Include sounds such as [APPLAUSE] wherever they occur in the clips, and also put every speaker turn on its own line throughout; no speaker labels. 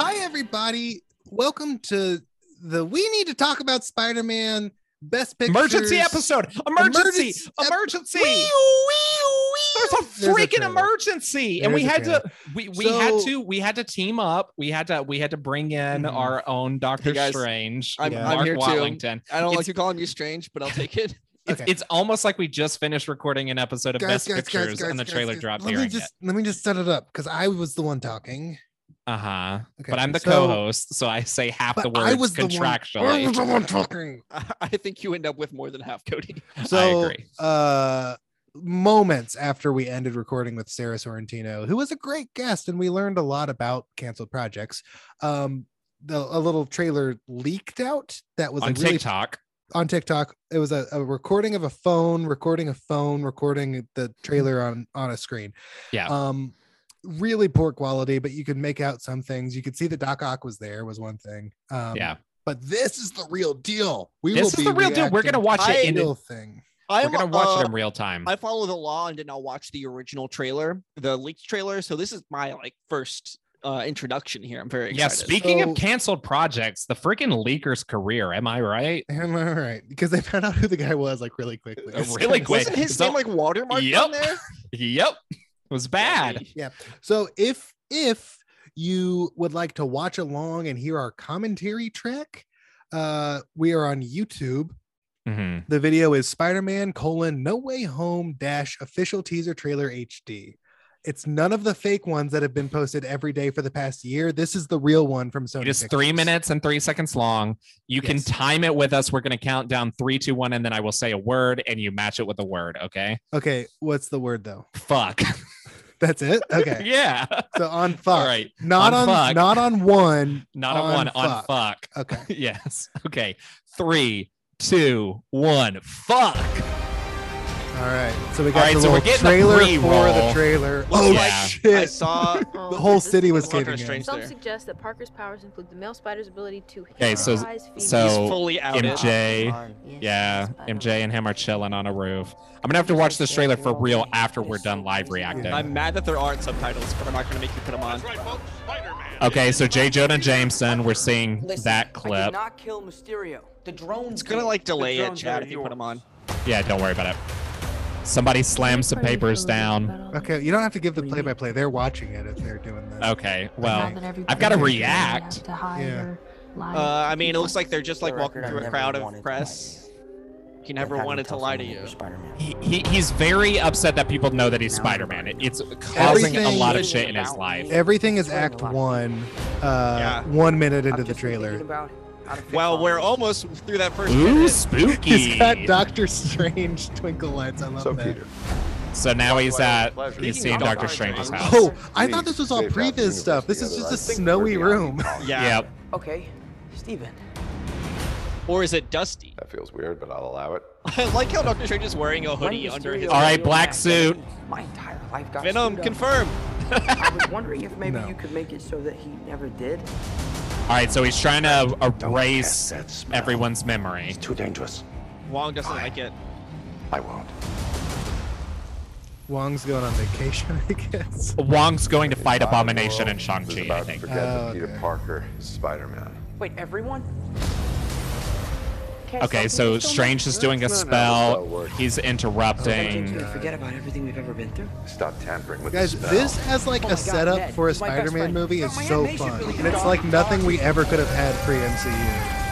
everybody. Welcome to the We Need to Talk About Spider Man Best Picture
Emergency episode. Emergency. Emergency. There's a
There's a
freaking
trailer.
emergency. and
There's
we
a
had
trailer.
to we, we
So-
had to we had to team up. We had to we had to bring in
Mhm.
our own Doctor
Hey, guys.
Strange.
I'm-
Yeah.
I'm
Mark
here too.
Watlington.
I don't
It's-
like you calling me strange, but I'll take
[LAUGHS]
it.
It's,
Okay.
it's almost like we just finished recording an episode of Best Pictures and the trailer dropped
Let me
during
just let me just set it up because I was the one talking.
it. Uh-huh.
Okay,
but I'm the
so-
co-host, so I say half the
but
words
I was the one-
contractually.
I was the one talking.
I [LAUGHS] I think you end up with more than half, Cody.
So,
agree.
uh, moments after we ended recording with Sarah Sorrentino, who was a great guest, and we learned a lot about canceled projects. Um, the, a little trailer leaked out that was
On
like really
TikTok.
on TikTok. It was a, a recording of a phone, recording a phone, recording the trailer on on a screen.
Yeah.
Um, really poor quality, but you could make out some things. You could see that Doc Ock was there was one thing. Um,
yeah.
But this is the real deal. We will
This is
be
the real deal. We're gonna
reacting
watch
I
it
to
in
the real thing.
[LAUGHS]
[LAUGHS]
I'm
we're gonna watch
uh,
it in real time.
I follow the law and did not watch the original trailer, the leaked trailer. So this is my like first uh introduction here. I'm very excited.
yeah,
[LAUGHS]
speaking
So-
of canceled projects, the freaking leaker's career, am I right?
Am I right? Because they found out who the guy was like really quickly.
Uh, [LAUGHS] really quick.
Wasn't his
So-
name like watermark
Yep.
on there?
Yep. It [LAUGHS] was bad.
So if if you would like to watch along and hear our commentary track, uh, we are on YouTube.
Mhm.
The video is Spider-Man colon No Way Home dash official teaser trailer HD. It's none of the fake ones that have been posted every day for the past year. This is the real one from Sony.
It is three
Pictures.
minutes and three seconds long. You can
Yes.
time it with us. We're going to count down three, two, one, and then I will say a word and you match it with a word. Okay.
Okay, what's the word though? [LAUGHS]
Fuck.
That's
[LAUGHS]
it. Okay,
yeah.
so on fuck,
All right.
not on,
on fuck.
not on one.
Not on,
On
one, on
fuck.
fuck. [LAUGHS]
Okay,
Yes. Okay. Three, two, one. Fuck.
all right. So we
All
got
right,
the
so we're
little
getting the
trailer for the
pre-roll.
trailer.
Looks
oh
like [LAUGHS]
I
shit!
saw
The whole city was
Doctor
caving in.
Strange
Some
there.
suggest that Parker's powers include the male spider's ability to
Okay,
so-
hypnotize females.
so-
He's fully out.
MJ.
Yes,
Yeah.
yes, but, um,
MJ and him are chilling on a roof. I'm going to have to watch this trailer for real after we're done live reacting.
I'm mad that there aren't subtitles, but I'm not gonna make you put them on.
Okay. So J. Jonah Jameson, we're seeing
Listen,
that
I did
clip.
not kill Mysterio. The drone.
It's gonna like delay it, Chad, if you put them on.
Yeah. Don't worry about it. Somebody slams some papers down.
Okay, you don't have to give the play-by-play. They're watching it if they're doing this.
Okay. Well,
Now
I've got to react.
Yeah.
Uh, I mean, it looks like they're just like walking through a crowd of press. He never wanted to lie to you.
Spider-Man.
He, he, he's very upset that people know that he's Spider-Man. It- It's causing a
Everything-
lot of shit in his life.
Everything is Act One, uh,
Yeah.
one minute into the trailer.
[LAUGHS]
Well, we're almost through that first
Ooh,
minute.
spooky.
He's got Doctor
[LAUGHS]
Strange twinkle lights. I love that.
So now he's at
Pleasure.
he's seeing
Speaking of
Doctor Strange's
Doctor
house.
Oh, I
Please,
thought this was all
save Doctor
previous stuff. This
Universe
is
together.
just a
I think
snowy
we're beyond
room.
Yeah.
Yep.
Okay, Steven.
Or is it Dusty? [LAUGHS]
That feels weird, but I'll allow it.
I like how Doctor Strange is wearing a
when
hoodie under his
Mysterio
All right,
revealed
black
that
suit.
My entire life got
Venom,
screwed up.
confirm.
I was wondering if maybe
No.
you could make it so that he never did.
All right, so he's trying to erase
that smell.
everyone's memory.
Too dangerous.
Wong doesn't like it.
I won't.
[LAUGHS] Wong's going on vacation, I guess.
Wong's going to fight Abomination and
and
Shang-Chi, I think.
Forget that
Oh,
Peter
okay.
Parker is Spider-Man.
Wait, everyone? Can't
Okay,
some
so
people still
Strange is doing a
That's not how
spell.
spell works.
He's
know? Sometimes
interrupting.
we forget about everything we've ever been through.
Stop tampering with
Guys,
the spell.
this as like
Oh my
a
God,
setup
Ned,
for a
he's my best
Spider-Man
friend.
movie is
Oh, my
so
animation
fun,
really
and it's
sucked.
like nothing we ever could have had pre MCU.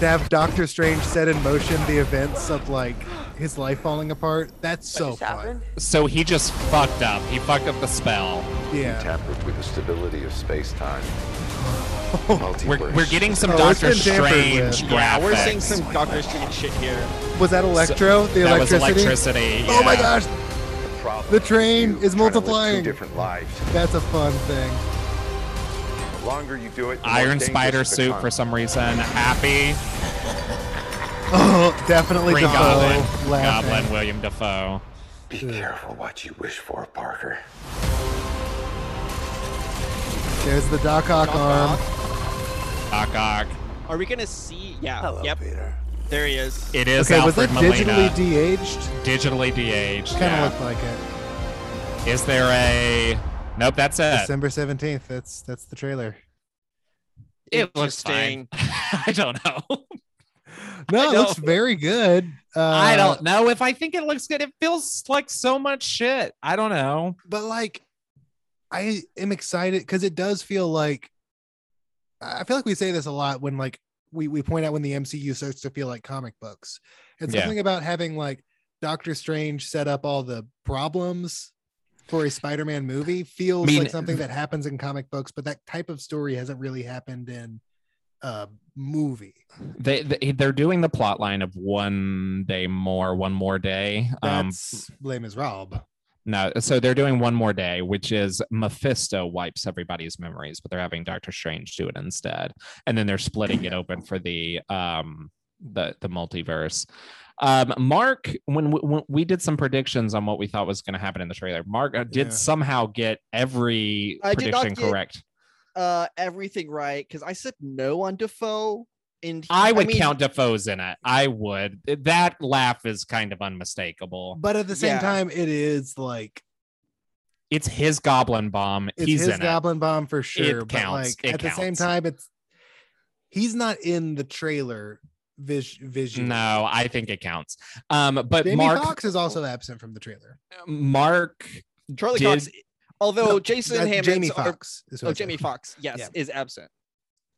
To have Doctor Strange set in motion the events of like his life falling apart, that's so
This
fun.
happened.
So he just fucked up. He fucked up the spell.
Yeah,
Tampered with the stability
[LAUGHS]
of space-time.
We're, we're getting some
Oh, it's
Doctor
been tampered
Strange
with.
graphics.
Yeah, we're seeing some Doctor Strange shit here.
was that Electro? the
that was
electricity?
electricity.
Oh my
yeah.
gosh,
problem.
The train
You
is
trying to live
multiplying.
Two different lives.
that's a fun thing.
The longer you do it, the more
Iron
dangerous
Spider
it
suit
becomes.
for some reason. Happy.
Oh, definitely
Green
Defoe
Goblin.
laughing.
Goblin William Defoe.
Be careful what you wish for, Parker.
There's the Doc Ock arm.
Doc Ock.
Are we gonna see? Yeah.
Hello,
yep.
Peter.
There he is.
It is
Okay, was that
Alfred
digitally
Molina.
de-aged?
digitally de-aged.
Kind of
yeah.
looked like it.
Is there a? Nope, that's it.
December seventeenth. That's that's the trailer.
It looks fine. [LAUGHS] I don't know.
No,
I
it looks
don't-
very good. Uh,
I don't know if I think it looks good. It feels like so much shit. I don't know.
but like i am excited because it does feel like i feel like we say this a lot when like we, we point out when the mcu starts to feel like comic books it's
Yeah.
something about having like doctor strange set up all the problems for a spider-man movie feels
mean-
like something that happens in comic books but that type of story hasn't really happened in a movie
They, they they're doing the plot line of one day more, one more day. Um,
that's lame as rob
No, so they're doing one more day, which is Mephisto wipes everybody's memories, but they're having Doctor Strange do it instead, and then they're splitting it open for the um the the multiverse. Um, Mark, when we, when we did some predictions on what we thought was going to happen in the trailer, Mark uh, did
Yeah.
somehow get every
I did not
prediction
get-
correct.
uh everything right because I said no on Defoe. And he-
I would
mean,
count Defoe's in it. I would. That laugh is kind of unmistakable.
but at the same
Yeah.
time it is like
It's his Goblin Bomb.
it's
He's
his
in it.
goblin bomb for sure. but
counts.
like
It
at the same
counts.
time, it's he's not in the trailer vis- visually.
No, I think it counts. Um, but
Jamie
Mark,
Fox is also absent from the trailer.
Mark
Charlie
did-
Cox. Although
No,
Jason
Uh,
Hammond's
Jamie
are-
Fox. is who I
oh
said.
Jamie Fox, yes,
Yeah.
is absent.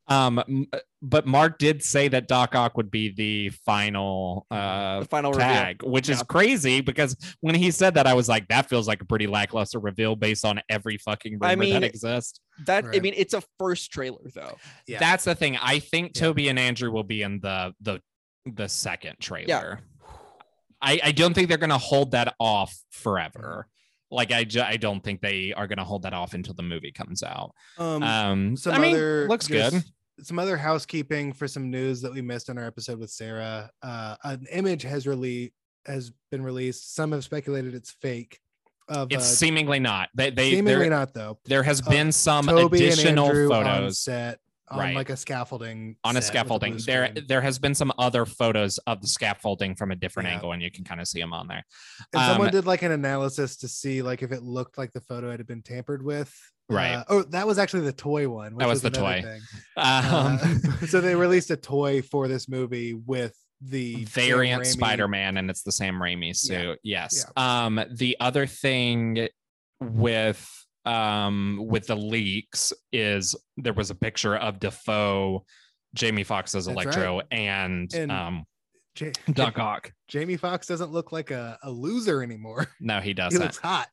um m- but Mark did say that Doc Ock would be the final uh
The final reveal.
tag, which is
Yeah.
crazy because when he said that I was like that feels like a pretty lackluster reveal based on every fucking rumor
I
that
mean,
exists.
That I
Right.
mean, it's a first trailer though.
Yeah.
That's the thing. I think
Yeah.
Toby and Andrew will be in the the the second trailer. I I don't think they're going to hold that off forever.
Mm-hmm.
Like I ju- I don't think they are going to hold that off until the movie comes out.
Um,
Um
some
I mean,
other
looks
just-
good.
Some other housekeeping for some news that we missed on our episode with Sarah. Uh, an image has really has been released. Some have speculated it's fake. Of
It's
uh,
seemingly not. They they they're-
seemingly not though.
there has
Uh,
been some
Toby
um, additional
and Andrew on
photos
set on
Right.
like a scaffolding
on
set with
a
blue
scaffolding there
screen.
there has been some other photos of the scaffolding from a different
Yeah.
angle and you can kind of see them on there
And someone
Um,
did like an analysis to see like if it looked like the photo had been tampered with.
Right.
Uh, oh, that was actually the toy one. Which
That was the
another
toy.
thing.
[LAUGHS] um
Uh, [LAUGHS] so they released a toy for this movie with the Sam
variant
Raimi-
spider-man and it's the sam raimi suit yes um the other thing with um with the leaks is there was a picture of defoe jamie fox as
That's right.
electro and,
And- [LAUGHS]
um
Ja-
[LAUGHS] doc ock
Jamie Fox doesn't look like a, a loser anymore. [LAUGHS]
no he
he
doesn't
looks hot.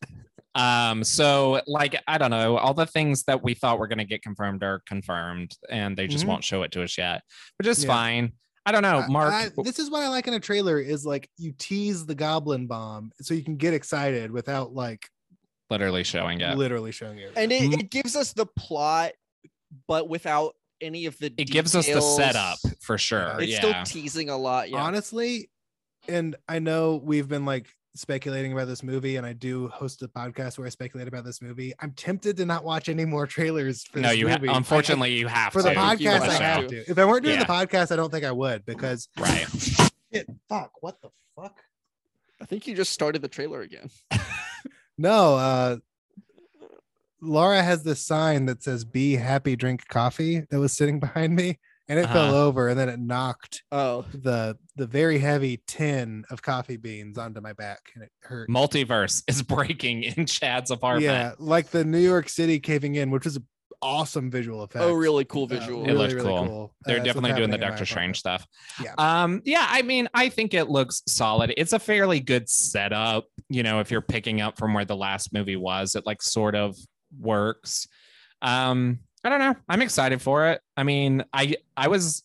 Um, so like I don't know, all the things that we thought were gonna get confirmed are confirmed, and they just
Mhm.
won't show it to us yet, which is
Yeah.
fine. I don't know,
I-
Oh, Mark.
I- this is what I like in a trailer is like you tease the goblin bomb so you can get excited without like
literally showing it.
literally showing you.
And it,
Mm.
it gives us the plot, but without any of the
It gives us the
details.
setup for sure.
It's
yeah.
still teasing a lot. Yeah.
honestly and i know we've been like speculating about this movie and i do host a podcast where i speculate about this movie i'm tempted to not watch any more trailers for
no,
this
you ha-
movie.
unfortunately you have
I- for the
to
Thank you,
podcast
for
i
the
Michelle.
have to if i weren't doing the podcast i don't think i would because
show. right.
shit fuck what the fuck
I think you just started the trailer again.
no uh laura has this sign that says be happy drink coffee that was sitting behind me and it fell
Uh-huh.
over and then it knocked
Oh,
the the very heavy tin of coffee beans onto my back and it hurt
Multiverse is [LAUGHS] breaking in Chad's apartment.
Yeah, like the New York City caving in, which is an awesome visual effect.
oh, really cool
Uh,
visual.
It looked cool. They're
Uh, that's what's
definitely doing the
happening in my
Doctor Strange
apartment.
stuff.
Yeah.
Um, yeah, I mean, I think it looks solid. It's a fairly good setup, you know, if you're picking up from where the last movie was, it like sort of works. Um, I don't know. I'm excited for it. I mean, I I was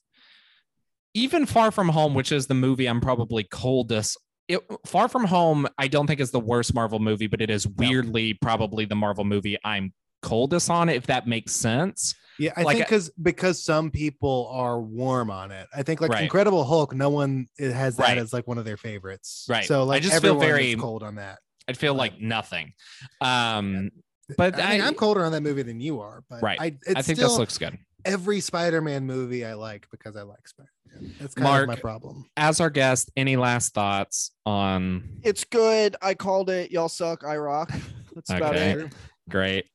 even Far From Home, which is the movie I'm probably coldest. It, Far From Home, I don't think is the worst Marvel movie, but it is weirdly probably the Marvel movie I'm coldest on, if that makes sense.
Yeah, I
Like
think
a-
because because some people are warm on it. I think like
Right.
Incredible Hulk, no one it has that
Right.
as like one of their favorites.
Right.
So
I
like
just feel
everyone is
very-
cold on that.
I'd feel like nothing. Um, but
I,
I,
mean, I'm colder on that movie than you are, but
Right.
I, it's
I think
still
this looks good.
every Spider-Man movie I like because I like Spider-Man. That's kind
Mark-
of my problem.
As our guest, any last thoughts on?
It's good. I called it. Y'all suck. I rock. [LAUGHS] That's about
Okay.
it.
Great.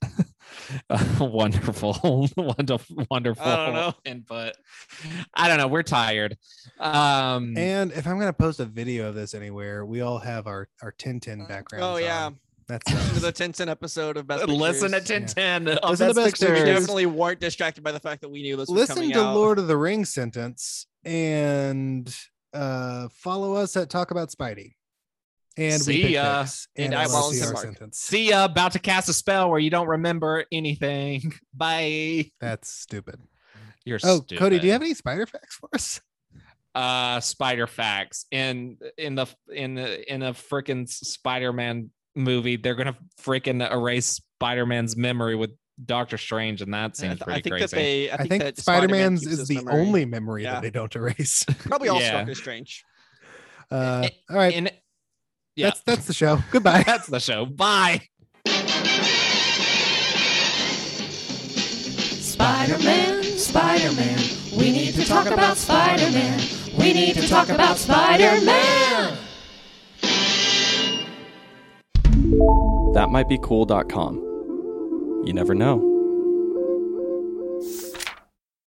[LAUGHS] wonderful, [LAUGHS] wonderful, wonderful
know.
input. I don't know. We're tired. Um,
And if I'm gonna post a video of this anywhere, we all have our our Tintin background.
Oh yeah, [LAUGHS]
that's
Listen to the Tintin episode of Best.
listen to
Pictures.
Tintin. of
Listen to
Best
Best
We
Pictures.
Pictures.
definitely weren't distracted by the fact that we knew this. was
listen
coming
to
out.
Lord of the Rings sentence and uh follow us at Talk About Spidey. And
See
we pick
ya.
picks
And
and
eyeballs
LLC
and
our
mark.
sentence.
See ya. About to cast a spell where you don't remember anything. [LAUGHS] Bye.
That's stupid.
You're
Oh,
stupid.
Cody, do you have any spider facts for us?
uh spider facts in in the in the in a freaking spider-man movie they're gonna freaking erase spider-man's memory with doctor strange and that
I,
seems
th- I
pretty
think that
crazy
they. I
I
think,
think
that
Spider
Spider-Man
Man's
keeps
is
his
the
memory.
only memory
Yeah.
that they don't
[LAUGHS]
erase.
Probably all
Yeah.
Doctor Strange.
Uh,
Eh,
all right,
And- yeah.
that's that's the
[LAUGHS]
show. Goodbye. [LAUGHS]
that's the show bye
Spider-Man, Spider-Man. We need to talk about Spider-Man. We need to talk about Spider-Man.
That might be cool.com. You never know.